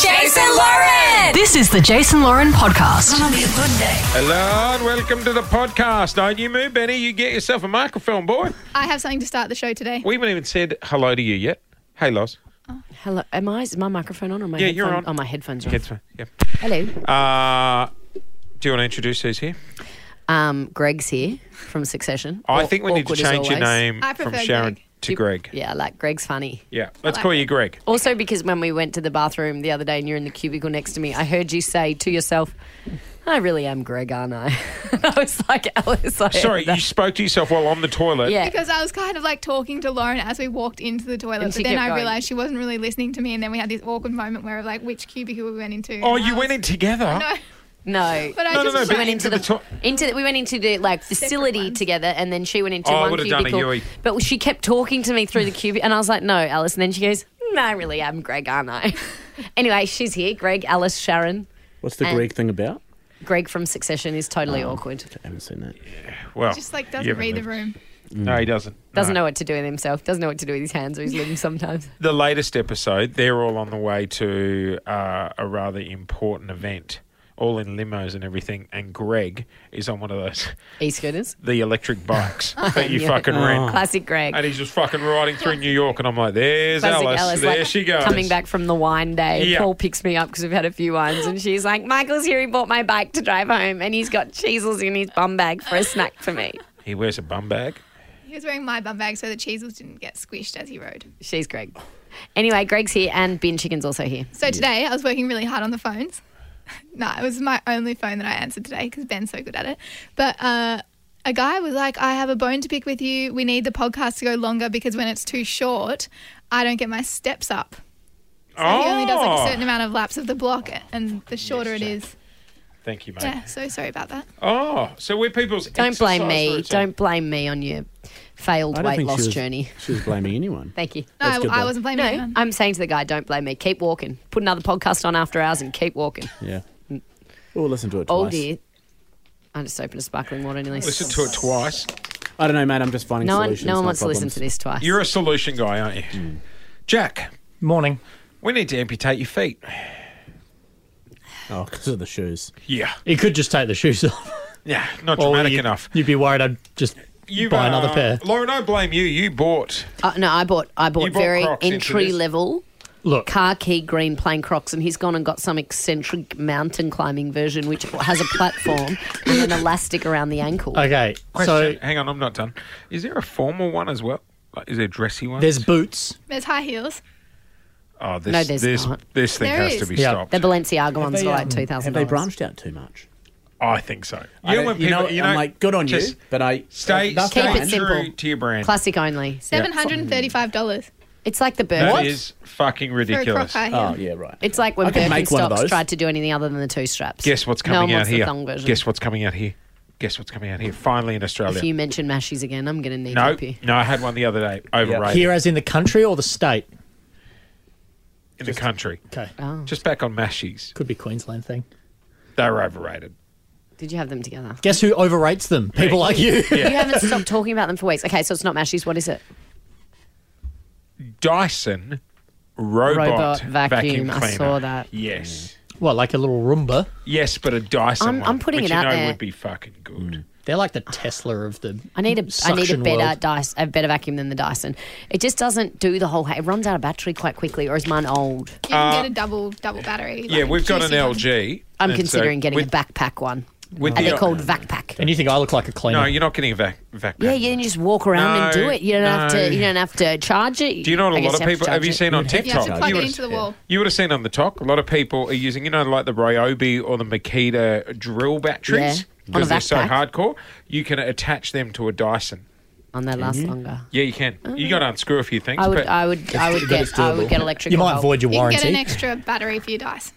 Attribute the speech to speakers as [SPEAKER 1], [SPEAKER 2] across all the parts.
[SPEAKER 1] Jason Lauren!
[SPEAKER 2] This is the Jason Lauren podcast.
[SPEAKER 3] Hello and welcome to the podcast. Don't you move, Benny. You get yourself a microphone, boy.
[SPEAKER 4] I have something to start the show today.
[SPEAKER 3] We haven't even said hello to you yet. Hey, Loz.
[SPEAKER 5] Hello, am I? Is my microphone on or my?
[SPEAKER 3] Yeah,
[SPEAKER 5] headphone-
[SPEAKER 3] you're on.
[SPEAKER 5] Oh, my headphones are on.
[SPEAKER 3] Heads- Yep.
[SPEAKER 5] Hello,
[SPEAKER 3] Uh, do you want to introduce who's here?
[SPEAKER 5] um, Greg's here from Succession.
[SPEAKER 3] I
[SPEAKER 5] Aw-
[SPEAKER 3] think we need to
[SPEAKER 5] awkward as
[SPEAKER 3] change your
[SPEAKER 5] always.
[SPEAKER 3] name
[SPEAKER 4] I
[SPEAKER 3] from
[SPEAKER 4] prefer
[SPEAKER 3] Sharon
[SPEAKER 4] Greg.
[SPEAKER 3] to Greg. Yeah,
[SPEAKER 5] Yeah, I like Greg's funny.
[SPEAKER 3] let's
[SPEAKER 4] like
[SPEAKER 3] call
[SPEAKER 4] it.
[SPEAKER 3] you Greg.
[SPEAKER 5] Also, because when we went to the bathroom the other day and you're in the cubicle next to me, I heard you say to yourself, "I really am Greg, aren't I?" I was like, Alice, I
[SPEAKER 3] Sorry,
[SPEAKER 5] heard that.
[SPEAKER 3] you spoke to yourself while on the toilet.
[SPEAKER 5] yeah,
[SPEAKER 4] Because I was kind of like talking to Lauren as we walked into the toilet,
[SPEAKER 5] And she
[SPEAKER 4] but then
[SPEAKER 5] kept
[SPEAKER 4] I
[SPEAKER 5] going.
[SPEAKER 4] realised she wasn't really listening to me, and then we had this awkward moment where like which cubicle we went into.
[SPEAKER 3] Oh,
[SPEAKER 4] And
[SPEAKER 3] you
[SPEAKER 4] I
[SPEAKER 3] went
[SPEAKER 4] was-
[SPEAKER 3] in together?
[SPEAKER 4] No,
[SPEAKER 5] no.
[SPEAKER 4] but I
[SPEAKER 3] No, no,
[SPEAKER 4] just
[SPEAKER 3] no, but
[SPEAKER 4] was like-
[SPEAKER 5] went into,
[SPEAKER 3] Into
[SPEAKER 5] the,
[SPEAKER 3] the
[SPEAKER 5] into the, we went into the like facility
[SPEAKER 4] ones.
[SPEAKER 5] together, and then she went into
[SPEAKER 3] Oh, I
[SPEAKER 5] one
[SPEAKER 3] would've done a
[SPEAKER 5] cubicle.
[SPEAKER 3] Yui.
[SPEAKER 5] But she kept talking to me through the cubicle, and I was like, "No, Alice." And then she goes, "No, I really am Greg, aren't I?" anyway, she's here. Greg, Alice, Sharon.
[SPEAKER 6] What's the
[SPEAKER 5] And-
[SPEAKER 6] Greek thing about?
[SPEAKER 5] Greg from Succession is totally awkward.
[SPEAKER 6] I haven't seen that.
[SPEAKER 3] Well,
[SPEAKER 4] just like
[SPEAKER 3] you
[SPEAKER 4] doesn't
[SPEAKER 3] haven't
[SPEAKER 4] read the
[SPEAKER 3] lived-
[SPEAKER 4] room.
[SPEAKER 3] No, he doesn't.
[SPEAKER 5] Doesn't
[SPEAKER 3] No.
[SPEAKER 5] know what to do with himself. Doesn't know what to do with his hands or his limbs sometimes.
[SPEAKER 3] The latest episode, they're all on the way to uh, a rather important event, all in limos and everything. And Greg is on one of those.
[SPEAKER 5] E-scooters.
[SPEAKER 3] the electric bikes that you
[SPEAKER 5] Yeah. Oh.
[SPEAKER 3] fucking rent.
[SPEAKER 5] Classic Greg.
[SPEAKER 3] And he's just fucking riding through New York, and I'm like, there's
[SPEAKER 5] Classic
[SPEAKER 3] Alice. There
[SPEAKER 5] like,
[SPEAKER 3] she goes.
[SPEAKER 5] Coming back from the wine day,
[SPEAKER 3] Yeah.
[SPEAKER 5] Paul picks me up because we've had a few wines, and she's like, "Michael's here. He bought my bike to drive home, and he's got cheesels in his bum bag for a snack for me."
[SPEAKER 3] He wears a bum bag.
[SPEAKER 4] He was wearing my bum bag, so the cheesels didn't get squished as he rode.
[SPEAKER 5] She's Greg. Anyway, Greg's here and Ben Chicken's also here.
[SPEAKER 4] So today I was working really hard on the phones. no, it was my only phone that I answered today because Ben's so good at it. But uh, a guy was like, I have a bone to pick with you. We need the podcast to go longer because when it's too short, I don't get my steps up. So
[SPEAKER 3] oh,
[SPEAKER 4] he only does like a certain amount of laps of the block and the shorter it is.
[SPEAKER 3] thank you, mate.
[SPEAKER 4] Yeah, so sorry about that.
[SPEAKER 3] Oh, so we're people's.
[SPEAKER 5] Don't blame
[SPEAKER 3] exercise
[SPEAKER 5] me.
[SPEAKER 3] routine.
[SPEAKER 5] Don't blame me on your failed
[SPEAKER 6] I don't
[SPEAKER 5] weight
[SPEAKER 6] think
[SPEAKER 5] loss
[SPEAKER 6] she was,
[SPEAKER 5] journey.
[SPEAKER 6] She was blaming anyone.
[SPEAKER 5] Thank you.
[SPEAKER 4] No,
[SPEAKER 6] That's good,
[SPEAKER 4] I, I
[SPEAKER 6] though.
[SPEAKER 4] wasn't blaming
[SPEAKER 5] No,
[SPEAKER 4] him.
[SPEAKER 5] I'm saying to the guy, don't blame me. Keep walking. Put another podcast on after hours and keep walking.
[SPEAKER 6] Yeah. Well, listen to it twice.
[SPEAKER 5] Oh dear. I just opened a sparkling water nearly.
[SPEAKER 3] Listen to it twice.
[SPEAKER 6] I don't know, mate. I'm just finding
[SPEAKER 5] No one,
[SPEAKER 6] solutions.
[SPEAKER 5] no one
[SPEAKER 6] not
[SPEAKER 5] wants to listen
[SPEAKER 6] problems.
[SPEAKER 5] to this twice.
[SPEAKER 3] You're a solution guy, aren't you? Jack,
[SPEAKER 7] Morning.
[SPEAKER 3] we need to amputate your feet.
[SPEAKER 6] Oh, because of the shoes.
[SPEAKER 3] Yeah.
[SPEAKER 7] He could just take the shoes off.
[SPEAKER 3] Yeah, not
[SPEAKER 7] Or
[SPEAKER 3] dramatic
[SPEAKER 7] you'd,
[SPEAKER 3] enough.
[SPEAKER 7] You'd be worried I'd just buy another
[SPEAKER 3] uh,
[SPEAKER 7] pair.
[SPEAKER 3] Lauren, I blame you. You bought.
[SPEAKER 5] Uh, no, I bought I bought,
[SPEAKER 3] bought
[SPEAKER 5] very
[SPEAKER 3] Crocs into
[SPEAKER 5] entry
[SPEAKER 3] this.
[SPEAKER 5] level
[SPEAKER 7] Look,
[SPEAKER 5] car key green plain Crocs, and he's gone and got some eccentric mountain climbing version, which has a platform and an elastic around the ankle.
[SPEAKER 7] okay.
[SPEAKER 3] Question.
[SPEAKER 7] So
[SPEAKER 3] Hang on, I'm not done. Is there a formal one as well? Like, is there dressy one?
[SPEAKER 7] there's boots.
[SPEAKER 4] There's high heels.
[SPEAKER 3] Oh, this,
[SPEAKER 5] No, there's
[SPEAKER 3] this,
[SPEAKER 5] not.
[SPEAKER 3] this thing
[SPEAKER 4] There
[SPEAKER 3] has to
[SPEAKER 4] is.
[SPEAKER 3] be
[SPEAKER 7] Yeah.
[SPEAKER 3] stopped.
[SPEAKER 5] The Balenciaga ones
[SPEAKER 6] They,
[SPEAKER 5] are
[SPEAKER 6] um,
[SPEAKER 5] like two thousand.
[SPEAKER 6] Have they branched out too much?
[SPEAKER 3] I think so.
[SPEAKER 6] I don't- you know, I'm like, good on you,
[SPEAKER 3] just
[SPEAKER 6] but I-
[SPEAKER 3] stay,
[SPEAKER 6] that's
[SPEAKER 3] stay
[SPEAKER 5] Keep
[SPEAKER 3] true
[SPEAKER 5] it simple.
[SPEAKER 3] to your brand.
[SPEAKER 5] Classic only.
[SPEAKER 4] $735
[SPEAKER 5] It's like the
[SPEAKER 3] That
[SPEAKER 5] Birkin.
[SPEAKER 3] is fucking
[SPEAKER 4] for a croc
[SPEAKER 3] ridiculous.
[SPEAKER 4] high heel.
[SPEAKER 6] Oh, yeah, right.
[SPEAKER 5] It's like when
[SPEAKER 6] I could make one of
[SPEAKER 5] Birkenstocks
[SPEAKER 6] those.
[SPEAKER 5] tried to do anything other than the two straps.
[SPEAKER 3] Guess what's
[SPEAKER 5] no
[SPEAKER 3] coming
[SPEAKER 5] one
[SPEAKER 3] out
[SPEAKER 5] wants The
[SPEAKER 3] here?
[SPEAKER 5] thong version.
[SPEAKER 3] Guess what's coming out here? Guess what's coming out here? Finally in
[SPEAKER 5] if
[SPEAKER 3] Australia.
[SPEAKER 5] you mention mashies again, I'm going to need
[SPEAKER 3] No,
[SPEAKER 5] help you.
[SPEAKER 3] no, I had one the other day. Overrated
[SPEAKER 7] Here as in the country or the state?
[SPEAKER 3] in the country.
[SPEAKER 7] Okay.
[SPEAKER 5] Oh,
[SPEAKER 3] Just back on mashies.
[SPEAKER 7] Could be Queensland thing.
[SPEAKER 3] They're overrated.
[SPEAKER 5] did you have them together?
[SPEAKER 7] Guess who overrates them? People like you.
[SPEAKER 5] You haven't stopped talking about them for weeks. Okay, so it's not mashies. What is it?
[SPEAKER 3] Dyson
[SPEAKER 5] Robot
[SPEAKER 3] robot,
[SPEAKER 5] vacuum. I
[SPEAKER 3] cleaner.
[SPEAKER 5] saw that.
[SPEAKER 3] Yes.
[SPEAKER 7] What, like a little Roomba?
[SPEAKER 3] Yes, but a Dyson
[SPEAKER 5] I'm-
[SPEAKER 3] one,
[SPEAKER 5] I'm putting
[SPEAKER 3] which
[SPEAKER 5] it out
[SPEAKER 3] you know
[SPEAKER 5] there.
[SPEAKER 3] would be fucking good.
[SPEAKER 7] They're like the Tesla of the.
[SPEAKER 5] I need a I
[SPEAKER 7] suction
[SPEAKER 5] need a better
[SPEAKER 7] world.
[SPEAKER 5] Dyson, a better vacuum than the Dyson. It just doesn't do the whole. It runs out of battery quite quickly, or is mine old?
[SPEAKER 4] You can get a double double battery.
[SPEAKER 3] Yeah,
[SPEAKER 4] like,
[SPEAKER 3] we've got an
[SPEAKER 4] juicy one.
[SPEAKER 3] LG.
[SPEAKER 5] I'm
[SPEAKER 3] and so
[SPEAKER 5] considering getting
[SPEAKER 3] with,
[SPEAKER 5] a backpack one,
[SPEAKER 3] With
[SPEAKER 5] and
[SPEAKER 3] the-
[SPEAKER 5] they're called Vacpack.
[SPEAKER 7] And you think I look like a cleaner?
[SPEAKER 3] No, you're not getting a vac. vac
[SPEAKER 5] Yeah,
[SPEAKER 3] pack.
[SPEAKER 5] you can just walk around and
[SPEAKER 3] No,
[SPEAKER 5] do it. You don't have
[SPEAKER 3] no.
[SPEAKER 5] to. You don't have to charge it.
[SPEAKER 3] Do you know what
[SPEAKER 5] I
[SPEAKER 3] a
[SPEAKER 5] guess
[SPEAKER 3] lot of people
[SPEAKER 5] to
[SPEAKER 3] have you
[SPEAKER 5] charge it.
[SPEAKER 3] seen on
[SPEAKER 6] You'd have
[SPEAKER 4] You have
[SPEAKER 3] TikTok?
[SPEAKER 4] to
[SPEAKER 6] Charge
[SPEAKER 4] plug
[SPEAKER 3] you
[SPEAKER 4] it
[SPEAKER 3] would've-
[SPEAKER 4] into the wall.
[SPEAKER 3] You would have seen on the talk, a lot of people are using, you know, like the Ryobi or the Makita drill batteries
[SPEAKER 5] Yeah. On a
[SPEAKER 3] because they're so
[SPEAKER 5] backpack.
[SPEAKER 3] hardcore. You can attach them to a Dyson.
[SPEAKER 5] and they last longer.
[SPEAKER 3] Yeah, you can. You got to unscrew a few things.
[SPEAKER 5] Oh. I would, uh,
[SPEAKER 3] but
[SPEAKER 5] I would, I would get, I would get electrical.
[SPEAKER 7] you might
[SPEAKER 5] help.
[SPEAKER 7] void your
[SPEAKER 4] You can get an
[SPEAKER 7] warranty.
[SPEAKER 4] extra battery for your dice.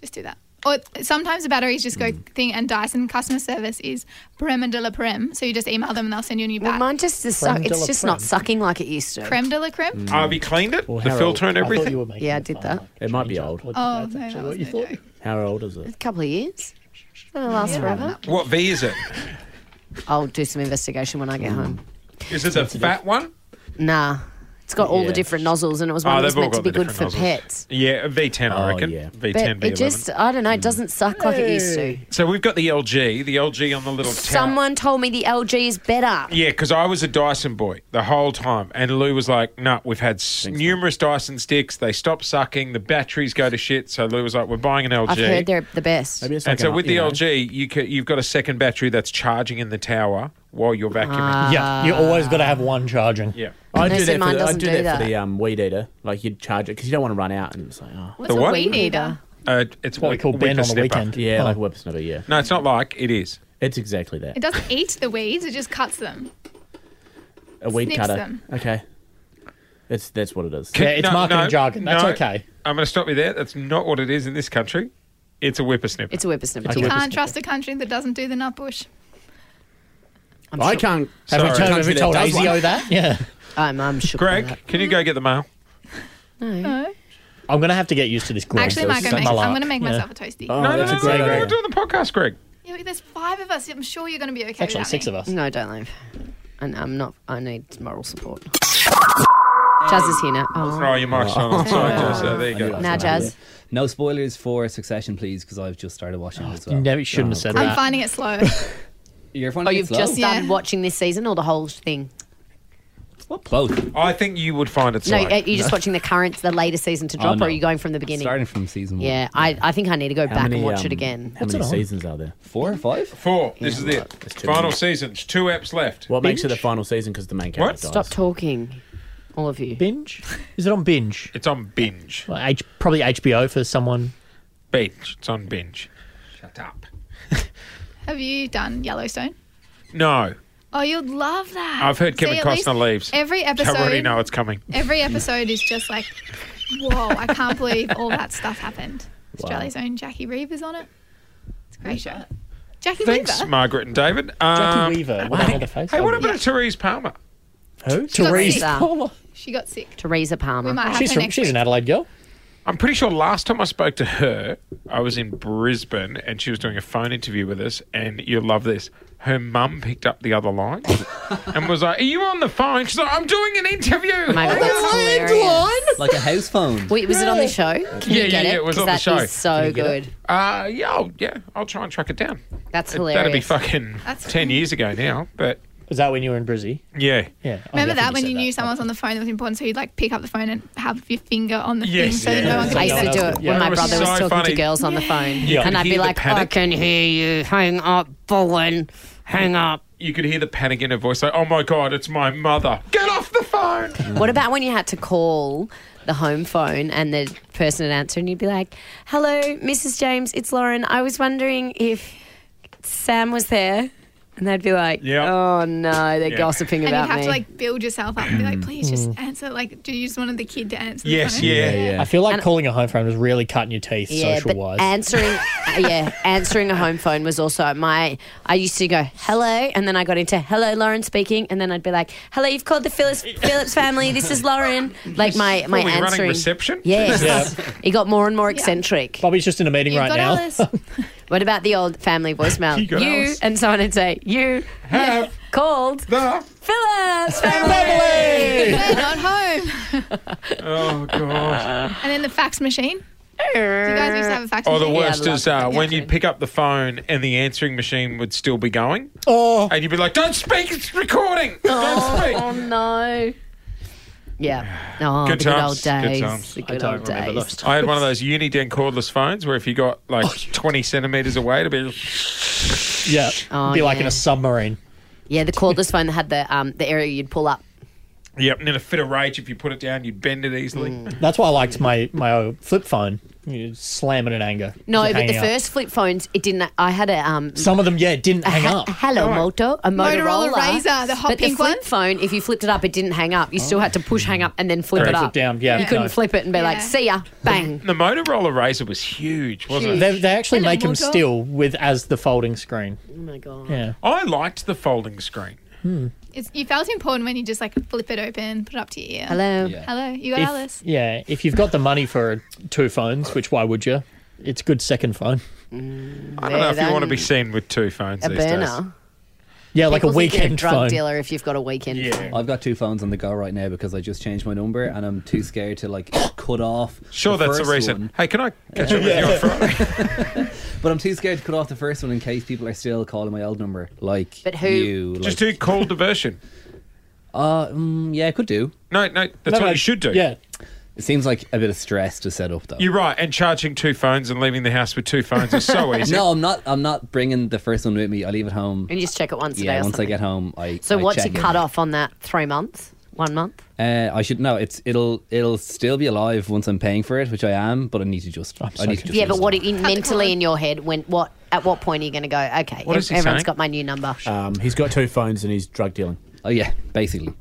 [SPEAKER 4] Just do that. Or sometimes the batteries just go
[SPEAKER 3] Mm.
[SPEAKER 4] thing, and Dyson customer service is Prem de la Prem. So you just email them and they'll send you a new
[SPEAKER 5] Well,
[SPEAKER 4] bat.
[SPEAKER 5] mine just is
[SPEAKER 7] Creme
[SPEAKER 5] suck.
[SPEAKER 7] de
[SPEAKER 5] It's
[SPEAKER 7] la
[SPEAKER 5] just not
[SPEAKER 7] creme.
[SPEAKER 5] sucking like it used to.
[SPEAKER 4] Creme de la Creme?
[SPEAKER 3] Have you cleaned it?
[SPEAKER 7] Or
[SPEAKER 3] the
[SPEAKER 7] how
[SPEAKER 3] filter
[SPEAKER 7] old-
[SPEAKER 3] and
[SPEAKER 7] I thought
[SPEAKER 3] everything?
[SPEAKER 7] you were making
[SPEAKER 5] Yeah, I
[SPEAKER 7] a
[SPEAKER 5] did
[SPEAKER 7] fun,
[SPEAKER 5] that.
[SPEAKER 7] like,
[SPEAKER 6] It might
[SPEAKER 7] change
[SPEAKER 6] be
[SPEAKER 7] up.
[SPEAKER 6] old.
[SPEAKER 7] What-
[SPEAKER 4] Oh,
[SPEAKER 7] that's
[SPEAKER 4] no,
[SPEAKER 7] actually
[SPEAKER 4] that
[SPEAKER 7] what
[SPEAKER 4] was
[SPEAKER 7] you
[SPEAKER 4] no
[SPEAKER 7] thought.
[SPEAKER 4] joke.
[SPEAKER 6] How old is it?
[SPEAKER 5] A couple of years. It'll last forever.
[SPEAKER 3] What V is it?
[SPEAKER 5] I'll do some investigation when I get home.
[SPEAKER 3] Is it the fat one?
[SPEAKER 5] Nah, it's It's got all the
[SPEAKER 6] Yeah.
[SPEAKER 5] different nozzles, and it
[SPEAKER 3] Oh,
[SPEAKER 5] was one that was meant to be good for
[SPEAKER 3] different nozzles.
[SPEAKER 5] pets.
[SPEAKER 3] Yeah, V10,
[SPEAKER 6] Oh,
[SPEAKER 3] I reckon.
[SPEAKER 6] yeah.
[SPEAKER 5] But
[SPEAKER 3] V10,
[SPEAKER 5] it
[SPEAKER 3] V11.
[SPEAKER 5] just, I don't know, it doesn't suck like it used to.
[SPEAKER 3] so we've got the LG, the LG on the little tower.
[SPEAKER 5] Someone told me the LG is better.
[SPEAKER 3] Yeah, because I was a Dyson boy the whole time, and Lou was like, "No, we've had s- numerous Dyson sticks. They stop sucking. The batteries go to shit." So Lou was like, "We're buying an LG."
[SPEAKER 5] I've heard they're the best.
[SPEAKER 6] Maybe it's like
[SPEAKER 3] and so
[SPEAKER 6] an-
[SPEAKER 3] with
[SPEAKER 6] you
[SPEAKER 3] the
[SPEAKER 6] know,
[SPEAKER 3] LG, you ca you've got a second battery that's charging in the tower while you're vacuuming.
[SPEAKER 5] Ah.
[SPEAKER 7] yeah,
[SPEAKER 5] Uh,
[SPEAKER 7] you always got to have one charging.
[SPEAKER 3] yeah.
[SPEAKER 6] Oh, I
[SPEAKER 5] No,
[SPEAKER 6] do
[SPEAKER 5] see,
[SPEAKER 6] that.
[SPEAKER 5] mine
[SPEAKER 6] For the, I
[SPEAKER 5] doesn't
[SPEAKER 6] do
[SPEAKER 5] do
[SPEAKER 6] that, for
[SPEAKER 5] that.
[SPEAKER 6] the um, weed eater. Like you'd charge it because you don't want to run out, and it's like, oh,
[SPEAKER 4] What's
[SPEAKER 3] The
[SPEAKER 4] a
[SPEAKER 3] what?
[SPEAKER 4] weed eater?
[SPEAKER 3] Uh, it's
[SPEAKER 7] What we call Ben on the
[SPEAKER 3] whippersnapper.
[SPEAKER 7] weekend.
[SPEAKER 6] yeah,
[SPEAKER 7] Oh.
[SPEAKER 6] like a whippersnapper. Yeah,
[SPEAKER 3] No, it's not like it is.
[SPEAKER 6] it's exactly that.
[SPEAKER 4] It doesn't eat the weeds; it just cuts them.
[SPEAKER 6] A weed
[SPEAKER 4] snips
[SPEAKER 6] cutter.
[SPEAKER 4] them.
[SPEAKER 6] Okay, it's that's what it is.
[SPEAKER 7] Yeah, it's marketing jargon. That's
[SPEAKER 3] no.
[SPEAKER 7] okay.
[SPEAKER 3] I'm going to stop you there. That's not what it is in this country. It's a whippersnapper.
[SPEAKER 5] It's a whippersnapper.
[SPEAKER 7] It's a
[SPEAKER 5] Yeah.
[SPEAKER 7] whipper-
[SPEAKER 4] Can't trust a country that doesn't do the nut bush.
[SPEAKER 6] I can't.
[SPEAKER 7] Have
[SPEAKER 3] Sorry.
[SPEAKER 7] we, told, have we
[SPEAKER 6] Country that
[SPEAKER 7] told
[SPEAKER 6] does
[SPEAKER 7] ASIO that? Yeah.
[SPEAKER 5] I'm, I'm shook. by
[SPEAKER 3] Greg,
[SPEAKER 5] that.
[SPEAKER 3] can you go get the mail?
[SPEAKER 4] No,
[SPEAKER 7] I'm going to have to get used to this. Greg.
[SPEAKER 4] actually, Mark,
[SPEAKER 7] This
[SPEAKER 4] I'm,
[SPEAKER 7] is
[SPEAKER 4] make,
[SPEAKER 7] malark.
[SPEAKER 4] I'm going to make
[SPEAKER 7] Yeah.
[SPEAKER 4] myself a toasty.
[SPEAKER 6] Oh,
[SPEAKER 3] No, no,
[SPEAKER 6] that's
[SPEAKER 3] no,
[SPEAKER 6] a
[SPEAKER 3] no,
[SPEAKER 6] great
[SPEAKER 3] no, no,
[SPEAKER 6] idea.
[SPEAKER 3] We're doing the podcast, Greg.
[SPEAKER 4] Yeah, but there's five of us. I'm sure you're going to be okay.
[SPEAKER 7] Actually,
[SPEAKER 4] without
[SPEAKER 7] six
[SPEAKER 4] me.
[SPEAKER 7] of us.
[SPEAKER 5] No, don't leave. And I'm not. I need moral support. Jazz is here now.
[SPEAKER 3] Oh,
[SPEAKER 5] Oh.
[SPEAKER 3] your mic's not on. Sorry, Jazz. So there you
[SPEAKER 6] I knew
[SPEAKER 3] go.
[SPEAKER 6] I
[SPEAKER 5] Now,
[SPEAKER 6] was
[SPEAKER 5] Jazz.
[SPEAKER 8] No spoilers for Succession, please, because I've just started watching it as well.
[SPEAKER 7] You never shouldn't have said
[SPEAKER 4] I'm
[SPEAKER 7] that.
[SPEAKER 4] finding it slow.
[SPEAKER 8] You're finding
[SPEAKER 5] Oh,
[SPEAKER 8] it
[SPEAKER 5] you've
[SPEAKER 8] slow?
[SPEAKER 5] just
[SPEAKER 4] Yeah.
[SPEAKER 5] started watching this season or the whole thing?
[SPEAKER 8] both
[SPEAKER 3] I think you would find it
[SPEAKER 5] No,
[SPEAKER 3] slow.
[SPEAKER 5] are you just watching the current, the latest season to drop,
[SPEAKER 8] no.
[SPEAKER 5] or are you going from the beginning?
[SPEAKER 8] starting from season one.
[SPEAKER 5] Yeah, I, I think I need to go
[SPEAKER 6] How
[SPEAKER 5] back
[SPEAKER 6] many,
[SPEAKER 5] and watch
[SPEAKER 6] um,
[SPEAKER 5] it again.
[SPEAKER 6] How many
[SPEAKER 7] it on?
[SPEAKER 6] seasons are there?
[SPEAKER 8] four or five.
[SPEAKER 3] Four. This is it.
[SPEAKER 6] It's too
[SPEAKER 3] Final
[SPEAKER 6] many.
[SPEAKER 3] season. It's two eps left.
[SPEAKER 6] What makes it the final season? Because the main
[SPEAKER 3] What?
[SPEAKER 6] character
[SPEAKER 5] Stop
[SPEAKER 6] dies.
[SPEAKER 5] talking, all of you.
[SPEAKER 7] Binge? Is it on binge?
[SPEAKER 3] It's on binge.
[SPEAKER 7] Well, H- probably HBO for someone.
[SPEAKER 3] Binge. It's on binge. Shut up.
[SPEAKER 4] Have you done Yellowstone?
[SPEAKER 3] No.
[SPEAKER 4] Oh, you'd love that.
[SPEAKER 3] I've heard Kevin
[SPEAKER 4] See, at least
[SPEAKER 3] Costner leaves.
[SPEAKER 4] Every
[SPEAKER 3] I already
[SPEAKER 4] episode,
[SPEAKER 3] know it's coming.
[SPEAKER 4] every episode is just like, whoa! I can't believe all that stuff happened. Australia's own Jackie Reeves on it. It's a great show. Jackie
[SPEAKER 3] Thanks,
[SPEAKER 4] Reever.
[SPEAKER 3] Margaret and David. Um,
[SPEAKER 7] Jackie Weaver. What another face?
[SPEAKER 3] Hey, what
[SPEAKER 7] Oh,
[SPEAKER 3] about a Therese Palmer?
[SPEAKER 7] who?
[SPEAKER 4] got
[SPEAKER 7] Therese
[SPEAKER 5] Teresa.
[SPEAKER 7] Palmer.
[SPEAKER 4] She got sick.
[SPEAKER 5] Teresa
[SPEAKER 4] We
[SPEAKER 5] Palmer.
[SPEAKER 4] might have
[SPEAKER 7] She's
[SPEAKER 4] her
[SPEAKER 7] from.
[SPEAKER 4] next
[SPEAKER 7] She's
[SPEAKER 4] week.
[SPEAKER 7] an Adelaide girl.
[SPEAKER 3] I'm pretty sure last time I spoke to her, I was in Brisbane and she was doing a phone interview with us. And you'll love this. Her mum picked up the other line and was like, Are you on the phone? She's like, I'm doing an interview.
[SPEAKER 5] Oh My God, that's hilarious.
[SPEAKER 8] Like a house phone.
[SPEAKER 5] Wait, was it on the show? Can
[SPEAKER 3] Yeah,
[SPEAKER 5] you get
[SPEAKER 3] yeah, yeah, it was
[SPEAKER 5] 'Cause
[SPEAKER 3] on the
[SPEAKER 5] that
[SPEAKER 3] show.
[SPEAKER 5] is so good.
[SPEAKER 3] Uh, yeah, I'll, yeah, I'll try and track it down.
[SPEAKER 5] That's
[SPEAKER 3] It- That'd be
[SPEAKER 5] hilarious.
[SPEAKER 3] fucking
[SPEAKER 4] That's-
[SPEAKER 3] 10 years ago now. But
[SPEAKER 7] Was that when you were in Brizzy?
[SPEAKER 3] yeah.
[SPEAKER 7] Yeah. Oh, yeah,
[SPEAKER 4] Remember
[SPEAKER 7] I think
[SPEAKER 4] that when
[SPEAKER 7] said
[SPEAKER 4] you knew someone was on the phone that was important, so you'd like pick up the phone and have your finger on the
[SPEAKER 3] Yes,
[SPEAKER 4] thing so that
[SPEAKER 3] yeah.
[SPEAKER 4] no one could
[SPEAKER 5] I used
[SPEAKER 4] hear
[SPEAKER 5] to
[SPEAKER 4] it.
[SPEAKER 5] do it
[SPEAKER 7] Yeah.
[SPEAKER 5] when my
[SPEAKER 3] It was
[SPEAKER 5] brother was
[SPEAKER 3] so
[SPEAKER 5] talking
[SPEAKER 3] funny.
[SPEAKER 5] to girls on the phone. And
[SPEAKER 3] could
[SPEAKER 5] I'd
[SPEAKER 3] hear
[SPEAKER 5] be
[SPEAKER 3] the
[SPEAKER 5] like, I
[SPEAKER 3] panic.
[SPEAKER 5] can hear you. Hang up, Bullen. Hang up.
[SPEAKER 3] You could hear the panic in her voice like, Oh my God, it's my mother. Get off the phone.
[SPEAKER 5] What about when you had to call the home phone and the person would answer and you'd be like, Hello, Mrs. James, it's Lauren. I was wondering if Sam was there. And they'd be like,
[SPEAKER 3] Yeah.
[SPEAKER 5] Oh no, they're
[SPEAKER 3] Yeah.
[SPEAKER 5] gossiping
[SPEAKER 4] And
[SPEAKER 5] about
[SPEAKER 4] you'd have
[SPEAKER 5] me.
[SPEAKER 4] to like build yourself up and be like, please
[SPEAKER 7] Mm.
[SPEAKER 4] just answer. Like, do you just wanted the kid to answer? the
[SPEAKER 3] Yes,
[SPEAKER 4] phone?
[SPEAKER 3] yeah.
[SPEAKER 7] I feel like calling a home phone was really cutting your teeth
[SPEAKER 5] yeah,
[SPEAKER 7] social wise.
[SPEAKER 5] but answering, uh, yeah, answering a home phone was also my. I used to go hello, and then I got into hello, Lauren speaking, and then I'd be like, hello, you've called the Phillips, Phillips family. This is Lauren. Like my my
[SPEAKER 3] Were we running
[SPEAKER 5] answering.
[SPEAKER 3] reception?
[SPEAKER 5] Yes, it got more and more
[SPEAKER 4] Yeah.
[SPEAKER 5] eccentric.
[SPEAKER 7] Bobby's just in a meeting
[SPEAKER 4] You've
[SPEAKER 7] right
[SPEAKER 4] got
[SPEAKER 7] now.
[SPEAKER 4] Alice.
[SPEAKER 5] What about the old family voicemail?
[SPEAKER 3] You
[SPEAKER 5] you
[SPEAKER 3] got Alice.
[SPEAKER 5] and someone would say you
[SPEAKER 3] Have
[SPEAKER 5] called
[SPEAKER 3] the.
[SPEAKER 5] Phillips family.
[SPEAKER 4] We're not home.
[SPEAKER 3] Oh, God.
[SPEAKER 4] And then the fax machine. Do you guys used to have a fax
[SPEAKER 3] Oh, the
[SPEAKER 4] machine?
[SPEAKER 3] worst
[SPEAKER 5] I
[SPEAKER 3] is
[SPEAKER 5] love
[SPEAKER 3] uh,
[SPEAKER 5] it.
[SPEAKER 3] when you pick up the phone and the answering machine would still be going,
[SPEAKER 7] Oh,
[SPEAKER 3] and you'd be like, "Don't speak! It's recording! Don't
[SPEAKER 5] Oh
[SPEAKER 3] speak!"
[SPEAKER 5] no. Yeah. Oh,
[SPEAKER 3] Good
[SPEAKER 5] the good old
[SPEAKER 3] times, good
[SPEAKER 5] days.
[SPEAKER 3] times.
[SPEAKER 5] The good
[SPEAKER 7] don't
[SPEAKER 5] old
[SPEAKER 7] remember
[SPEAKER 5] days.
[SPEAKER 7] those times.
[SPEAKER 3] I had one of those Uniden cordless phones where if you got like 20 centimeters away, it'd be
[SPEAKER 7] yeah.
[SPEAKER 5] Oh,
[SPEAKER 7] be like in
[SPEAKER 5] yeah.
[SPEAKER 7] a submarine.
[SPEAKER 5] Yeah, the cordless phone that had the um the area you'd pull up.
[SPEAKER 3] yep. And in a fit of rage, if you put it down, you'd bend it easily.
[SPEAKER 7] That's why I liked my my old flip phone. You slam it in anger.
[SPEAKER 5] No,
[SPEAKER 7] Just
[SPEAKER 5] but the
[SPEAKER 7] hanging out.
[SPEAKER 5] first flip phones, it didn't. I had a um.
[SPEAKER 7] some of them, yeah, didn't
[SPEAKER 5] a
[SPEAKER 7] hang
[SPEAKER 5] ha-
[SPEAKER 7] up.
[SPEAKER 5] a Hello Moto, a Motorola,
[SPEAKER 4] Motorola Razr, the hot
[SPEAKER 5] but
[SPEAKER 4] pink
[SPEAKER 5] the flip
[SPEAKER 4] one.
[SPEAKER 5] phone, if you flipped it up, it didn't hang up. You still had to push hang up and then flip
[SPEAKER 3] Correct.
[SPEAKER 5] it
[SPEAKER 7] Flip
[SPEAKER 5] up.
[SPEAKER 7] down, yeah,
[SPEAKER 5] you couldn't
[SPEAKER 7] no.
[SPEAKER 5] flip it and be like,
[SPEAKER 4] Yeah.
[SPEAKER 5] "See ya, bang."
[SPEAKER 3] The Motorola Razor was huge, wasn't it?
[SPEAKER 7] They, they actually
[SPEAKER 4] Hello,
[SPEAKER 7] make them
[SPEAKER 4] Mojo.
[SPEAKER 7] still with as the folding screen.
[SPEAKER 5] oh my god.
[SPEAKER 7] Yeah.
[SPEAKER 3] I liked the folding screen.
[SPEAKER 4] It's, you felt important when you just like flip it open, put it up to your ear.
[SPEAKER 5] Hello.
[SPEAKER 8] Yeah.
[SPEAKER 4] Hello. You got Alice.
[SPEAKER 7] If, yeah, if you've got the money for two phones, which why would you? It's a good second phone.
[SPEAKER 3] I don't know if you
[SPEAKER 5] Then
[SPEAKER 3] want to be seen with two phones
[SPEAKER 5] a
[SPEAKER 3] these days.
[SPEAKER 5] burner.
[SPEAKER 7] Yeah, like a
[SPEAKER 5] People think you're
[SPEAKER 7] weekend
[SPEAKER 5] drug
[SPEAKER 7] phone.
[SPEAKER 5] dealer if you've got a weekend phone.
[SPEAKER 3] Yeah.
[SPEAKER 8] I've got two phones on the go right now because I just changed my number and I'm too scared to like cut off.
[SPEAKER 3] Sure,
[SPEAKER 8] the
[SPEAKER 3] that's the
[SPEAKER 8] first
[SPEAKER 3] reason.
[SPEAKER 8] one.
[SPEAKER 3] Hey, can I catch up with you on Friday?
[SPEAKER 8] But I'm too scared to cut off the first one in case people are still calling my old number. Like
[SPEAKER 5] But who-
[SPEAKER 8] You,
[SPEAKER 3] Just
[SPEAKER 8] like-
[SPEAKER 3] do call diversion.
[SPEAKER 8] Uh, mm, yeah, could do.
[SPEAKER 3] No, no, that's what you should do.
[SPEAKER 7] Yeah.
[SPEAKER 8] It seems like a bit of stress to set up though.
[SPEAKER 3] You're right. And charging two phones and leaving the house with two phones is so easy.
[SPEAKER 8] no, I'm not. I'm not bringing the first one with me. I leave it home.
[SPEAKER 5] And you just check it once a day.
[SPEAKER 8] Yeah,
[SPEAKER 5] or
[SPEAKER 8] once I
[SPEAKER 5] something.
[SPEAKER 8] get home, I.
[SPEAKER 5] So
[SPEAKER 8] I
[SPEAKER 5] what's
[SPEAKER 8] check
[SPEAKER 5] your
[SPEAKER 8] it.
[SPEAKER 5] cut off on that? Three months? One month?
[SPEAKER 8] Uh, I should know. It's it'll it'll still be alive once I'm paying for it, which I am. But I need to just. i
[SPEAKER 7] so
[SPEAKER 8] need to just
[SPEAKER 5] yeah, but what
[SPEAKER 8] uninstall.
[SPEAKER 5] in, mentally in your head? When what? At what point are you going to go? Okay,
[SPEAKER 3] What is he
[SPEAKER 5] everyone's
[SPEAKER 3] saying?
[SPEAKER 5] got my new number.
[SPEAKER 6] Um, he's got two phones and he's drug dealing.
[SPEAKER 8] Oh yeah, basically,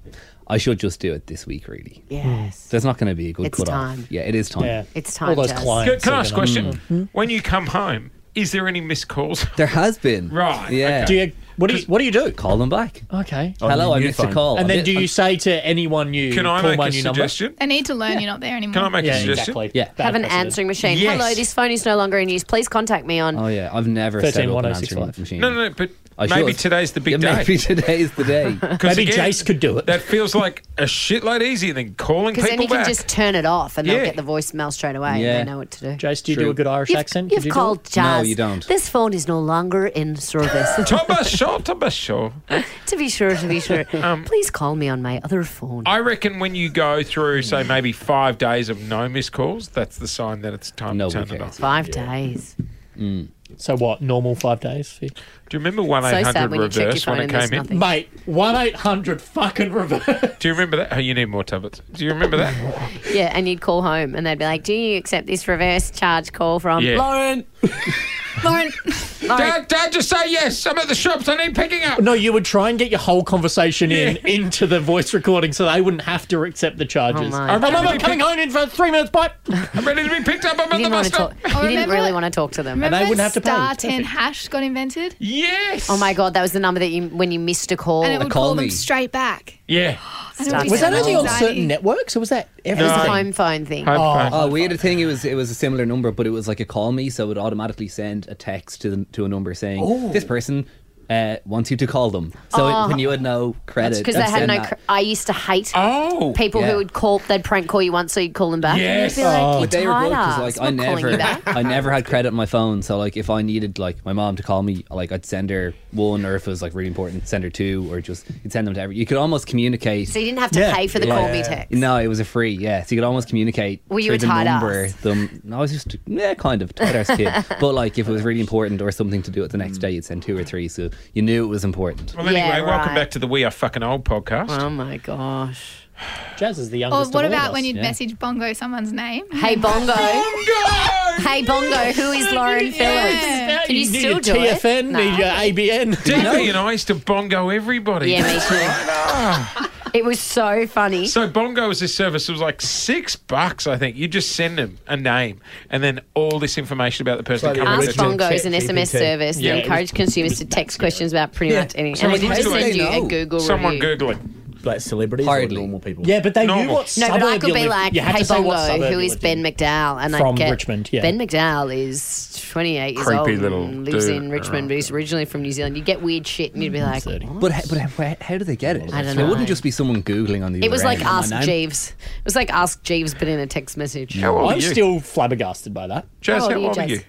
[SPEAKER 8] I should just do it this week. Really,
[SPEAKER 5] yes,
[SPEAKER 8] there's not going to be a good
[SPEAKER 5] It's
[SPEAKER 8] cut
[SPEAKER 5] time.
[SPEAKER 8] off. Yeah, it is time.
[SPEAKER 7] Yeah.
[SPEAKER 5] It's time,
[SPEAKER 7] All those
[SPEAKER 5] Jazz.
[SPEAKER 3] Can,
[SPEAKER 7] clients.
[SPEAKER 3] can I
[SPEAKER 7] are
[SPEAKER 3] ask a
[SPEAKER 7] gonna-
[SPEAKER 3] question?
[SPEAKER 5] Mm-hmm.
[SPEAKER 3] When you come home, is there any missed calls?
[SPEAKER 8] There has been.
[SPEAKER 3] Right,
[SPEAKER 8] Yeah.
[SPEAKER 7] Do you? What do you? What do you do?
[SPEAKER 8] call them back?
[SPEAKER 7] Okay.
[SPEAKER 3] Oh.
[SPEAKER 6] On
[SPEAKER 8] Hello,
[SPEAKER 6] your
[SPEAKER 8] I
[SPEAKER 6] new
[SPEAKER 8] missed a
[SPEAKER 6] phone.
[SPEAKER 8] call.
[SPEAKER 7] And
[SPEAKER 8] I
[SPEAKER 7] then
[SPEAKER 8] did-
[SPEAKER 7] do you
[SPEAKER 8] I'm-
[SPEAKER 7] say to anyone you
[SPEAKER 3] Can I
[SPEAKER 7] call
[SPEAKER 3] make
[SPEAKER 7] my
[SPEAKER 3] a
[SPEAKER 7] new number?
[SPEAKER 3] suggestion?
[SPEAKER 4] I need to learn you're not there anymore.
[SPEAKER 3] Can I make
[SPEAKER 7] Yeah,
[SPEAKER 3] a suggestion?
[SPEAKER 7] exactly.
[SPEAKER 8] Yeah.
[SPEAKER 7] Bad
[SPEAKER 5] Have an
[SPEAKER 7] precedent.
[SPEAKER 5] answering machine.
[SPEAKER 3] Yes. Uh,
[SPEAKER 5] Hello, this phone is no longer in use. Please contact me on.
[SPEAKER 8] Oh yeah, I've never set up an answering
[SPEAKER 7] 131065.
[SPEAKER 8] machine.
[SPEAKER 3] No, no, no. But
[SPEAKER 8] I
[SPEAKER 3] maybe
[SPEAKER 8] should.
[SPEAKER 3] today's the big
[SPEAKER 8] yeah,
[SPEAKER 3] day.
[SPEAKER 8] Maybe today's the day.
[SPEAKER 3] 'Cause
[SPEAKER 7] Maybe
[SPEAKER 3] again,
[SPEAKER 7] Jace could do it.
[SPEAKER 3] That feels like a shitload easier than calling
[SPEAKER 5] Because
[SPEAKER 3] people
[SPEAKER 5] then you can
[SPEAKER 3] back.
[SPEAKER 5] just turn it off, and
[SPEAKER 3] Yeah.
[SPEAKER 5] they'll get the voicemail straight away,
[SPEAKER 8] Yeah.
[SPEAKER 5] and they know what to do.
[SPEAKER 7] Jace, do you do
[SPEAKER 8] True.
[SPEAKER 7] a good Irish
[SPEAKER 5] You've,
[SPEAKER 7] accent? Could
[SPEAKER 5] you've
[SPEAKER 7] you do
[SPEAKER 5] called
[SPEAKER 8] No,
[SPEAKER 5] Jazz.
[SPEAKER 8] you don't.
[SPEAKER 5] This phone is no longer in service.
[SPEAKER 3] Tubba Shaw, Tubba Shaw.
[SPEAKER 5] to be sure, to be sure. Please call me on my other phone.
[SPEAKER 3] Um, I reckon when you go through, say, maybe five days of no missed calls, that's the sign that it's time
[SPEAKER 8] No
[SPEAKER 3] to turn
[SPEAKER 8] one
[SPEAKER 3] it
[SPEAKER 8] cares.
[SPEAKER 3] off.
[SPEAKER 5] Five days.
[SPEAKER 7] it? So what? Normal five days. For you?
[SPEAKER 3] Do you remember 1
[SPEAKER 5] So sad
[SPEAKER 3] 800
[SPEAKER 5] when you check your
[SPEAKER 3] reverse
[SPEAKER 5] phone
[SPEAKER 3] when it
[SPEAKER 5] and there's
[SPEAKER 3] came in?
[SPEAKER 5] nothing.
[SPEAKER 7] Mate, one eight hundred fucking reverse.
[SPEAKER 3] Do you remember that? Oh, you need more tablets. Do you remember that?
[SPEAKER 5] Yeah, and you'd call home, and they'd be like, "Do you accept this reverse charge call from
[SPEAKER 3] Yeah.
[SPEAKER 5] Lauren?"
[SPEAKER 4] Lauren,
[SPEAKER 3] Dad, Dad, just say yes. I'm at the shops. I need picking up.
[SPEAKER 7] No, you would try and get your whole conversation in into the voice recording, so they wouldn't have to accept the charges.
[SPEAKER 5] Oh, my.
[SPEAKER 7] I'm
[SPEAKER 3] I'm ready to be
[SPEAKER 7] coming
[SPEAKER 3] pick-
[SPEAKER 7] home in for three minutes, but
[SPEAKER 3] I'm ready to be picked up. I'm
[SPEAKER 5] You
[SPEAKER 3] at the
[SPEAKER 5] didn't want
[SPEAKER 3] bus
[SPEAKER 5] to talk.
[SPEAKER 3] stop.
[SPEAKER 5] You didn't
[SPEAKER 4] remember-
[SPEAKER 5] really want to talk to them.
[SPEAKER 4] remember
[SPEAKER 7] they wouldn't have to pay.
[SPEAKER 4] Star
[SPEAKER 7] It's
[SPEAKER 4] 10 hash got invented?
[SPEAKER 3] Yes.
[SPEAKER 5] Oh my god, that was the number that you when you missed a call.
[SPEAKER 4] And it would
[SPEAKER 8] call
[SPEAKER 4] call, them
[SPEAKER 8] me.
[SPEAKER 4] straight back.
[SPEAKER 3] Yeah.
[SPEAKER 4] And it would be
[SPEAKER 5] Was
[SPEAKER 4] so
[SPEAKER 5] that
[SPEAKER 4] much
[SPEAKER 5] only on
[SPEAKER 4] anxiety.
[SPEAKER 7] networks, or was that
[SPEAKER 5] It was
[SPEAKER 3] No.
[SPEAKER 5] a home phone thing.
[SPEAKER 3] Hope so.
[SPEAKER 8] Oh, we had a thing. It was it was a similar number, but it was like a call me, so it would automatically send a text to the, to a number saying this person uh, wants you to call them. So it, when you had no credit,
[SPEAKER 5] Because they
[SPEAKER 8] it'd
[SPEAKER 5] had
[SPEAKER 8] send
[SPEAKER 5] no.
[SPEAKER 8] that.
[SPEAKER 5] Cr- I used to hate
[SPEAKER 3] Oh.
[SPEAKER 5] people
[SPEAKER 8] Yeah. Oh.
[SPEAKER 5] who would call. They'd prank call you once, so you'd call them back.
[SPEAKER 3] Yes.
[SPEAKER 5] And you'd be like,
[SPEAKER 8] But
[SPEAKER 5] "You're
[SPEAKER 8] they were good
[SPEAKER 5] tired
[SPEAKER 8] because
[SPEAKER 5] ass.
[SPEAKER 8] like I
[SPEAKER 5] I'm not calling
[SPEAKER 8] never,
[SPEAKER 5] you back."
[SPEAKER 8] I never had credit on my phone. So like if I needed like my mom to call me, like I'd send her one, or if it was like really important, send her two, or just you'd send them to every. You could almost communicate.
[SPEAKER 5] So you didn't have to
[SPEAKER 7] Yeah.
[SPEAKER 5] pay for the
[SPEAKER 8] like-
[SPEAKER 5] call me text.
[SPEAKER 8] No, it was a free. Yeah, so you could almost communicate.
[SPEAKER 5] Were you
[SPEAKER 8] through
[SPEAKER 5] a
[SPEAKER 8] the
[SPEAKER 5] tight
[SPEAKER 8] number?
[SPEAKER 5] ass?
[SPEAKER 8] The, no, I was just yeah, kind of tight ass kid. But like if it was really important or something to do it the
[SPEAKER 7] Mm.
[SPEAKER 8] next day, you'd send two or three, so you knew it was important.
[SPEAKER 3] Well, anyway,
[SPEAKER 5] Yeah,
[SPEAKER 3] welcome
[SPEAKER 5] right.
[SPEAKER 3] back to the We Are Fucking Old podcast.
[SPEAKER 5] Oh my gosh.
[SPEAKER 7] Jazz is the
[SPEAKER 4] Or
[SPEAKER 5] Oh,
[SPEAKER 7] youngest.
[SPEAKER 4] what
[SPEAKER 7] of all
[SPEAKER 4] about
[SPEAKER 7] of
[SPEAKER 4] when you'd
[SPEAKER 8] yeah.
[SPEAKER 4] message Bongo someone's name?
[SPEAKER 5] Hey Bongo.
[SPEAKER 3] Bongo!
[SPEAKER 5] hey Bongo. Who is Lauren Phillips?
[SPEAKER 4] Yeah.
[SPEAKER 7] us.
[SPEAKER 5] Can you
[SPEAKER 7] need
[SPEAKER 5] still
[SPEAKER 7] your
[SPEAKER 5] do it?
[SPEAKER 7] TFN,
[SPEAKER 5] No.
[SPEAKER 7] Need your ABN.
[SPEAKER 3] Debbie and I used to bongo everybody.
[SPEAKER 5] Yeah, me too. it was so funny.
[SPEAKER 3] So Bongo was this service. It was like six bucks, I think. You just send them a name and then all this information about the person.
[SPEAKER 6] Slightly
[SPEAKER 3] that comes
[SPEAKER 5] Ask
[SPEAKER 3] with it.
[SPEAKER 5] Bongo is an SMS service
[SPEAKER 3] Yeah,
[SPEAKER 5] that
[SPEAKER 3] it
[SPEAKER 5] encourages consumers to text questions about pretty much anything. And we did
[SPEAKER 3] Someone
[SPEAKER 5] send you
[SPEAKER 6] Google it.
[SPEAKER 5] a Google
[SPEAKER 3] Someone
[SPEAKER 5] review.
[SPEAKER 3] Google it.
[SPEAKER 6] Like celebrities
[SPEAKER 8] Hardly.
[SPEAKER 6] or normal people.
[SPEAKER 7] Yeah, but they knew
[SPEAKER 3] Normal.
[SPEAKER 7] what
[SPEAKER 5] No, but I
[SPEAKER 7] suburb
[SPEAKER 5] could
[SPEAKER 7] you
[SPEAKER 5] be
[SPEAKER 7] lived-
[SPEAKER 5] like,
[SPEAKER 7] you had
[SPEAKER 5] "Hey
[SPEAKER 7] to say what
[SPEAKER 5] Bongo,
[SPEAKER 7] suburb
[SPEAKER 5] who
[SPEAKER 7] you
[SPEAKER 5] is
[SPEAKER 7] lived
[SPEAKER 5] Ben
[SPEAKER 7] in.
[SPEAKER 5] McDowell?" And I
[SPEAKER 7] From
[SPEAKER 5] get
[SPEAKER 7] Richmond, yeah.
[SPEAKER 5] Ben McDowell is 28 years
[SPEAKER 3] Creepy
[SPEAKER 5] old,
[SPEAKER 3] little
[SPEAKER 5] and lives
[SPEAKER 3] dude.
[SPEAKER 5] in Richmond, but he's originally from New Zealand. You get weird shit, and you'd
[SPEAKER 7] Mm,
[SPEAKER 5] be like, "What?"
[SPEAKER 8] But h- but h- how do they get it?
[SPEAKER 5] don't
[SPEAKER 8] It
[SPEAKER 5] know.
[SPEAKER 8] wouldn't just be someone googling on the.
[SPEAKER 5] It was
[SPEAKER 8] other
[SPEAKER 5] like
[SPEAKER 8] end. My
[SPEAKER 5] Ask
[SPEAKER 8] name-
[SPEAKER 5] Jeeves. It was like Ask Jeeves, but in a text message.
[SPEAKER 3] How old are
[SPEAKER 7] I'm
[SPEAKER 3] you?
[SPEAKER 7] still flabbergasted by that.
[SPEAKER 3] Jazz,
[SPEAKER 5] How old are
[SPEAKER 3] how
[SPEAKER 5] Oh, you,
[SPEAKER 3] old are
[SPEAKER 5] Jazz?
[SPEAKER 3] you?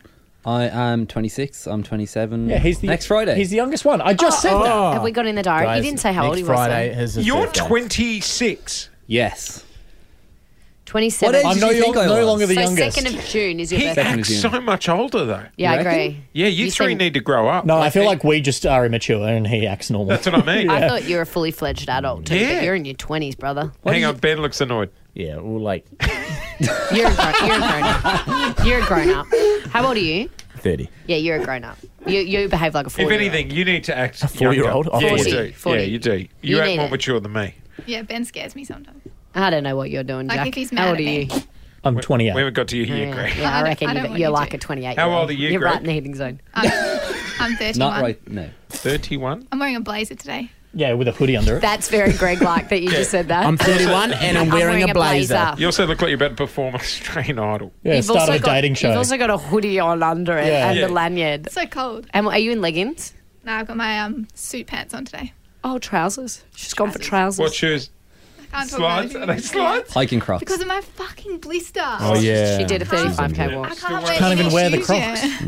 [SPEAKER 8] I am 26. I'm 27.
[SPEAKER 7] Yeah, he's the
[SPEAKER 8] next Friday.
[SPEAKER 7] He's the youngest one. I
[SPEAKER 5] Oh.
[SPEAKER 7] just said that.
[SPEAKER 5] Have we got in the diary? you didn't say how old he was.
[SPEAKER 6] Friday
[SPEAKER 5] though.
[SPEAKER 6] is his
[SPEAKER 3] You're
[SPEAKER 6] birthday.
[SPEAKER 3] 26.
[SPEAKER 8] yes. What
[SPEAKER 5] 27.
[SPEAKER 8] age
[SPEAKER 7] I'm
[SPEAKER 8] did
[SPEAKER 7] no,
[SPEAKER 8] you think
[SPEAKER 7] yo-
[SPEAKER 8] I
[SPEAKER 7] no
[SPEAKER 8] was?
[SPEAKER 7] longer the
[SPEAKER 5] so
[SPEAKER 7] youngest.
[SPEAKER 5] 2nd of June is your
[SPEAKER 3] He
[SPEAKER 5] birthday.
[SPEAKER 3] acts so much older, though.
[SPEAKER 5] Yeah, I
[SPEAKER 8] You reckon?
[SPEAKER 5] agree.
[SPEAKER 3] Yeah, you, three
[SPEAKER 5] seem-
[SPEAKER 3] need to grow up.
[SPEAKER 7] No, I feel
[SPEAKER 3] think-
[SPEAKER 7] like we just are immature and he acts normal.
[SPEAKER 3] That's what I mean.
[SPEAKER 5] I thought you were a fully fledged adult too,
[SPEAKER 3] Yeah.
[SPEAKER 5] but you're in your twenties, brother.
[SPEAKER 3] Hang on, Ben looks annoyed.
[SPEAKER 6] Yeah, well, like
[SPEAKER 5] You're a grown, you're a grown up. You're a grown up. How old are you?
[SPEAKER 6] 30.
[SPEAKER 5] Yeah, you're a grown up. You you behave like a
[SPEAKER 3] If
[SPEAKER 5] forty.
[SPEAKER 3] anything, you need to act. A
[SPEAKER 6] four-year-old?
[SPEAKER 3] Yeah,
[SPEAKER 6] Forty.
[SPEAKER 3] you do.
[SPEAKER 5] Forty.
[SPEAKER 3] Yeah, you do. You,
[SPEAKER 5] You
[SPEAKER 3] act
[SPEAKER 5] need
[SPEAKER 3] more
[SPEAKER 5] it.
[SPEAKER 3] mature than me.
[SPEAKER 4] Yeah, Ben scares me sometimes.
[SPEAKER 5] I don't know what you're doing, Jack.
[SPEAKER 4] Like if he's
[SPEAKER 5] How
[SPEAKER 4] mad
[SPEAKER 5] old
[SPEAKER 4] at
[SPEAKER 5] are
[SPEAKER 4] me.
[SPEAKER 5] you?
[SPEAKER 7] I'm 28.
[SPEAKER 3] We haven't got to you here,
[SPEAKER 5] Yeah,
[SPEAKER 3] Greg.
[SPEAKER 5] yeah, I
[SPEAKER 4] I
[SPEAKER 5] reckon
[SPEAKER 4] don't
[SPEAKER 5] you,
[SPEAKER 4] want
[SPEAKER 5] you're
[SPEAKER 4] you
[SPEAKER 5] like
[SPEAKER 4] to.
[SPEAKER 5] a 28.
[SPEAKER 3] How
[SPEAKER 5] year
[SPEAKER 3] old are you,
[SPEAKER 5] You're
[SPEAKER 3] Greg?
[SPEAKER 5] right in the hitting zone.
[SPEAKER 4] I'm 31.
[SPEAKER 8] Not right. No.
[SPEAKER 3] 31.
[SPEAKER 4] I'm wearing a blazer today.
[SPEAKER 7] yeah, with a hoodie under it.
[SPEAKER 5] That's very Greg like that you just said that.
[SPEAKER 6] I'm 31 and
[SPEAKER 5] I'm
[SPEAKER 6] I'm wearing, a blazer.
[SPEAKER 3] You also look like you're about to perform Australian Idol.
[SPEAKER 7] yeah,
[SPEAKER 5] You've
[SPEAKER 7] started
[SPEAKER 5] also
[SPEAKER 7] a
[SPEAKER 5] got-
[SPEAKER 7] dating show.
[SPEAKER 5] You've also got a hoodie on under it
[SPEAKER 7] Yeah.
[SPEAKER 5] and
[SPEAKER 3] Yeah.
[SPEAKER 5] the lanyard.
[SPEAKER 4] It's so cold.
[SPEAKER 5] And what- are you in leggings?
[SPEAKER 4] Now I've got my um, suit pants on today.
[SPEAKER 5] Oh, trousers. She's gone for trousers.
[SPEAKER 3] What shoes?
[SPEAKER 4] I can't talk about
[SPEAKER 3] Slides?
[SPEAKER 4] anything.
[SPEAKER 3] Are they slides?
[SPEAKER 8] Hiking crocs.
[SPEAKER 4] Because of my fucking blister.
[SPEAKER 6] Oh yeah.
[SPEAKER 5] She did a 35k walk.
[SPEAKER 4] I can't,
[SPEAKER 3] She
[SPEAKER 4] wear
[SPEAKER 7] can't
[SPEAKER 4] any
[SPEAKER 7] even wear the
[SPEAKER 4] shoes
[SPEAKER 7] Crocs.
[SPEAKER 4] yet.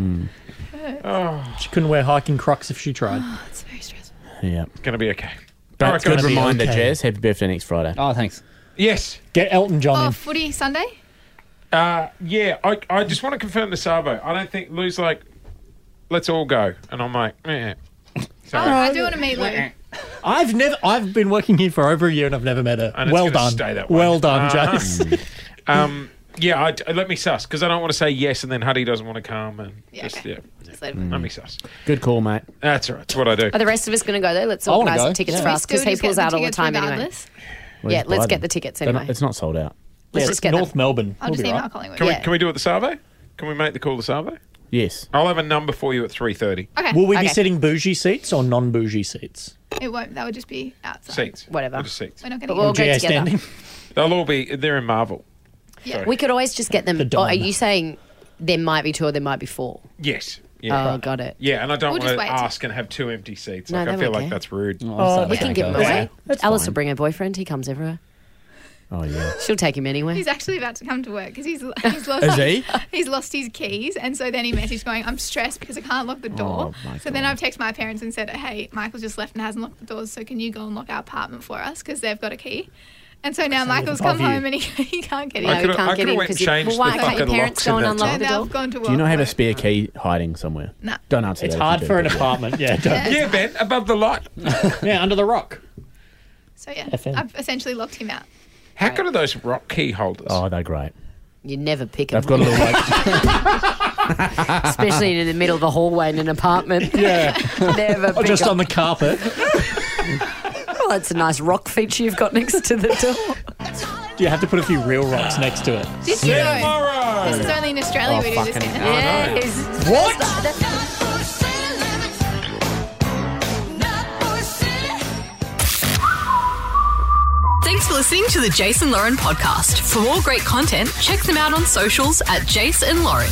[SPEAKER 3] Oh,
[SPEAKER 7] She couldn't wear hiking crocs if she tried.
[SPEAKER 4] It's very stressful.
[SPEAKER 6] Yeah.
[SPEAKER 3] it's going to be okay. All right,
[SPEAKER 6] That's good
[SPEAKER 3] guys.
[SPEAKER 6] reminder,
[SPEAKER 7] okay.
[SPEAKER 6] Jez. Happy birthday next Friday.
[SPEAKER 8] oh, thanks.
[SPEAKER 3] Yes.
[SPEAKER 7] Get Elton John
[SPEAKER 4] Oh,
[SPEAKER 7] in.
[SPEAKER 4] footy Sunday?
[SPEAKER 3] Uh, yeah, I, I just want to confirm the Sabo. I don't think Lou's like, let's all go. And I'm like, eh. So,
[SPEAKER 4] Oh, I do want to meet Lou.
[SPEAKER 7] I've never. I've been working here for over a year and I've never met her.
[SPEAKER 3] And it's
[SPEAKER 7] well
[SPEAKER 3] gonna
[SPEAKER 7] done.
[SPEAKER 3] stay that way.
[SPEAKER 7] Well done,
[SPEAKER 3] Uh-huh.
[SPEAKER 7] Jace.
[SPEAKER 3] um, yeah, I, I- let me suss because I don't want to say yes and then Huddy doesn't want to come. And
[SPEAKER 4] Yeah,
[SPEAKER 3] just,
[SPEAKER 4] okay.
[SPEAKER 3] yeah,
[SPEAKER 4] Just later.
[SPEAKER 3] let me suss.
[SPEAKER 6] Good call, mate.
[SPEAKER 3] That's all right. That's what I do.
[SPEAKER 5] Are the rest of us going to go though? Let's
[SPEAKER 6] wanna
[SPEAKER 5] organise
[SPEAKER 6] go.
[SPEAKER 5] some tickets
[SPEAKER 6] Yeah.
[SPEAKER 5] for
[SPEAKER 4] We
[SPEAKER 5] us because
[SPEAKER 4] still
[SPEAKER 5] he
[SPEAKER 4] just get
[SPEAKER 5] pulls
[SPEAKER 4] the
[SPEAKER 5] out all the
[SPEAKER 4] tickets
[SPEAKER 5] time anyway.
[SPEAKER 4] regardless.
[SPEAKER 6] Where's
[SPEAKER 5] Yeah, let's
[SPEAKER 6] Biden?
[SPEAKER 5] get the tickets
[SPEAKER 6] They're not-
[SPEAKER 5] anyway.
[SPEAKER 6] It's not sold out.
[SPEAKER 5] Let's
[SPEAKER 7] Yeah,
[SPEAKER 5] just get
[SPEAKER 7] North
[SPEAKER 5] them.
[SPEAKER 7] Melbourne.
[SPEAKER 4] I'll
[SPEAKER 7] We'll
[SPEAKER 4] just
[SPEAKER 7] be
[SPEAKER 4] email
[SPEAKER 7] right.
[SPEAKER 4] Collingwood.
[SPEAKER 3] Can,
[SPEAKER 5] Yeah.
[SPEAKER 3] we, can we do it the Sabo? Can we make the call the Sabo?
[SPEAKER 6] Yes.
[SPEAKER 5] Oh.
[SPEAKER 3] I'll have a number for you at 3.30.
[SPEAKER 4] Okay.
[SPEAKER 7] Will we
[SPEAKER 5] Okay.
[SPEAKER 7] be sitting bougie seats or non-bougie seats?
[SPEAKER 4] it won't. That would just be outside.
[SPEAKER 3] Seats.
[SPEAKER 5] Whatever.
[SPEAKER 3] Just seats.
[SPEAKER 4] We're not
[SPEAKER 5] But
[SPEAKER 4] going
[SPEAKER 5] we'll
[SPEAKER 4] to
[SPEAKER 5] go
[SPEAKER 7] GA
[SPEAKER 5] together.
[SPEAKER 7] standing.
[SPEAKER 3] They'll all be, they're in Marvel.
[SPEAKER 4] Yeah.
[SPEAKER 5] We could always just get them.
[SPEAKER 7] The
[SPEAKER 5] or are
[SPEAKER 7] Don.
[SPEAKER 5] you saying there might be two or there might be four?
[SPEAKER 3] Yes. Yeah.
[SPEAKER 5] Oh, got it.
[SPEAKER 3] yeah, and I don't
[SPEAKER 4] We'll just
[SPEAKER 3] want to
[SPEAKER 4] wait.
[SPEAKER 3] ask and have two empty seats.
[SPEAKER 5] No,
[SPEAKER 3] Like, I
[SPEAKER 5] they
[SPEAKER 3] feel
[SPEAKER 5] won't
[SPEAKER 3] like
[SPEAKER 5] care.
[SPEAKER 3] that's rude.
[SPEAKER 4] Mm.
[SPEAKER 8] Oh, I'm sad
[SPEAKER 5] we
[SPEAKER 8] I
[SPEAKER 5] can
[SPEAKER 8] can't
[SPEAKER 5] give
[SPEAKER 8] go.
[SPEAKER 5] them away.
[SPEAKER 6] that's
[SPEAKER 5] Alice
[SPEAKER 6] fine.
[SPEAKER 5] will bring her boyfriend. He comes everywhere.
[SPEAKER 6] Oh yeah.
[SPEAKER 5] She'll take him anywhere.
[SPEAKER 4] He's actually about to come to work because he's, he's lost.
[SPEAKER 6] Is he?
[SPEAKER 4] He's lost his keys, and so then he messaged going, "I'm stressed because I can't lock the door."
[SPEAKER 6] Oh, my
[SPEAKER 4] so then
[SPEAKER 6] God.
[SPEAKER 4] I've texted my parents and said, "Hey, Michael's just left and hasn't locked the doors, so can you go and lock our apartment for us because they've got a key?" And so now Michael's come
[SPEAKER 6] above you.
[SPEAKER 4] home and he, he can't get in.
[SPEAKER 3] I
[SPEAKER 5] we
[SPEAKER 3] coulda-
[SPEAKER 5] can't
[SPEAKER 3] I
[SPEAKER 5] get
[SPEAKER 3] coulda
[SPEAKER 5] in
[SPEAKER 3] went
[SPEAKER 5] 'cause
[SPEAKER 3] and
[SPEAKER 5] you-
[SPEAKER 3] changed
[SPEAKER 5] well, why
[SPEAKER 3] the
[SPEAKER 5] can't your
[SPEAKER 3] fucking
[SPEAKER 5] parents
[SPEAKER 3] locks
[SPEAKER 5] go and
[SPEAKER 3] in that
[SPEAKER 5] unlock
[SPEAKER 4] no,
[SPEAKER 5] the
[SPEAKER 4] they've
[SPEAKER 5] door?
[SPEAKER 4] gone to work.
[SPEAKER 6] Do you not have
[SPEAKER 4] for
[SPEAKER 6] a
[SPEAKER 4] it.
[SPEAKER 6] spare key hiding somewhere?
[SPEAKER 4] No.
[SPEAKER 6] Don't answer
[SPEAKER 7] It's
[SPEAKER 6] that if you
[SPEAKER 7] hard
[SPEAKER 6] do,
[SPEAKER 7] for an
[SPEAKER 6] but yeah.
[SPEAKER 7] apartment. Yeah, don't-
[SPEAKER 3] Yeah, Ben, above the lot.
[SPEAKER 7] yeah, under the rock.
[SPEAKER 4] So yeah,
[SPEAKER 7] FM.
[SPEAKER 4] I've essentially locked him out.
[SPEAKER 3] How good are those rock key holders?
[SPEAKER 6] Oh, they're great.
[SPEAKER 5] You never pick him,
[SPEAKER 6] They've got a little like
[SPEAKER 5] especially in the middle of a hallway in an apartment.
[SPEAKER 7] Yeah,
[SPEAKER 5] never pick
[SPEAKER 7] just
[SPEAKER 5] him.
[SPEAKER 7] on the carpet.
[SPEAKER 5] Well, that's a nice rock feature you've got next to the door.
[SPEAKER 7] You have to put a few real rocks next to it.
[SPEAKER 4] Did you know?
[SPEAKER 3] Tomorrow.
[SPEAKER 4] This is only in Australia we do this.
[SPEAKER 6] Oh, fucking
[SPEAKER 4] now.
[SPEAKER 5] Yes.
[SPEAKER 7] What?
[SPEAKER 2] Thanks for listening to the Jason Lauren podcast. For more great content, check them out on socials at Jason Lauren.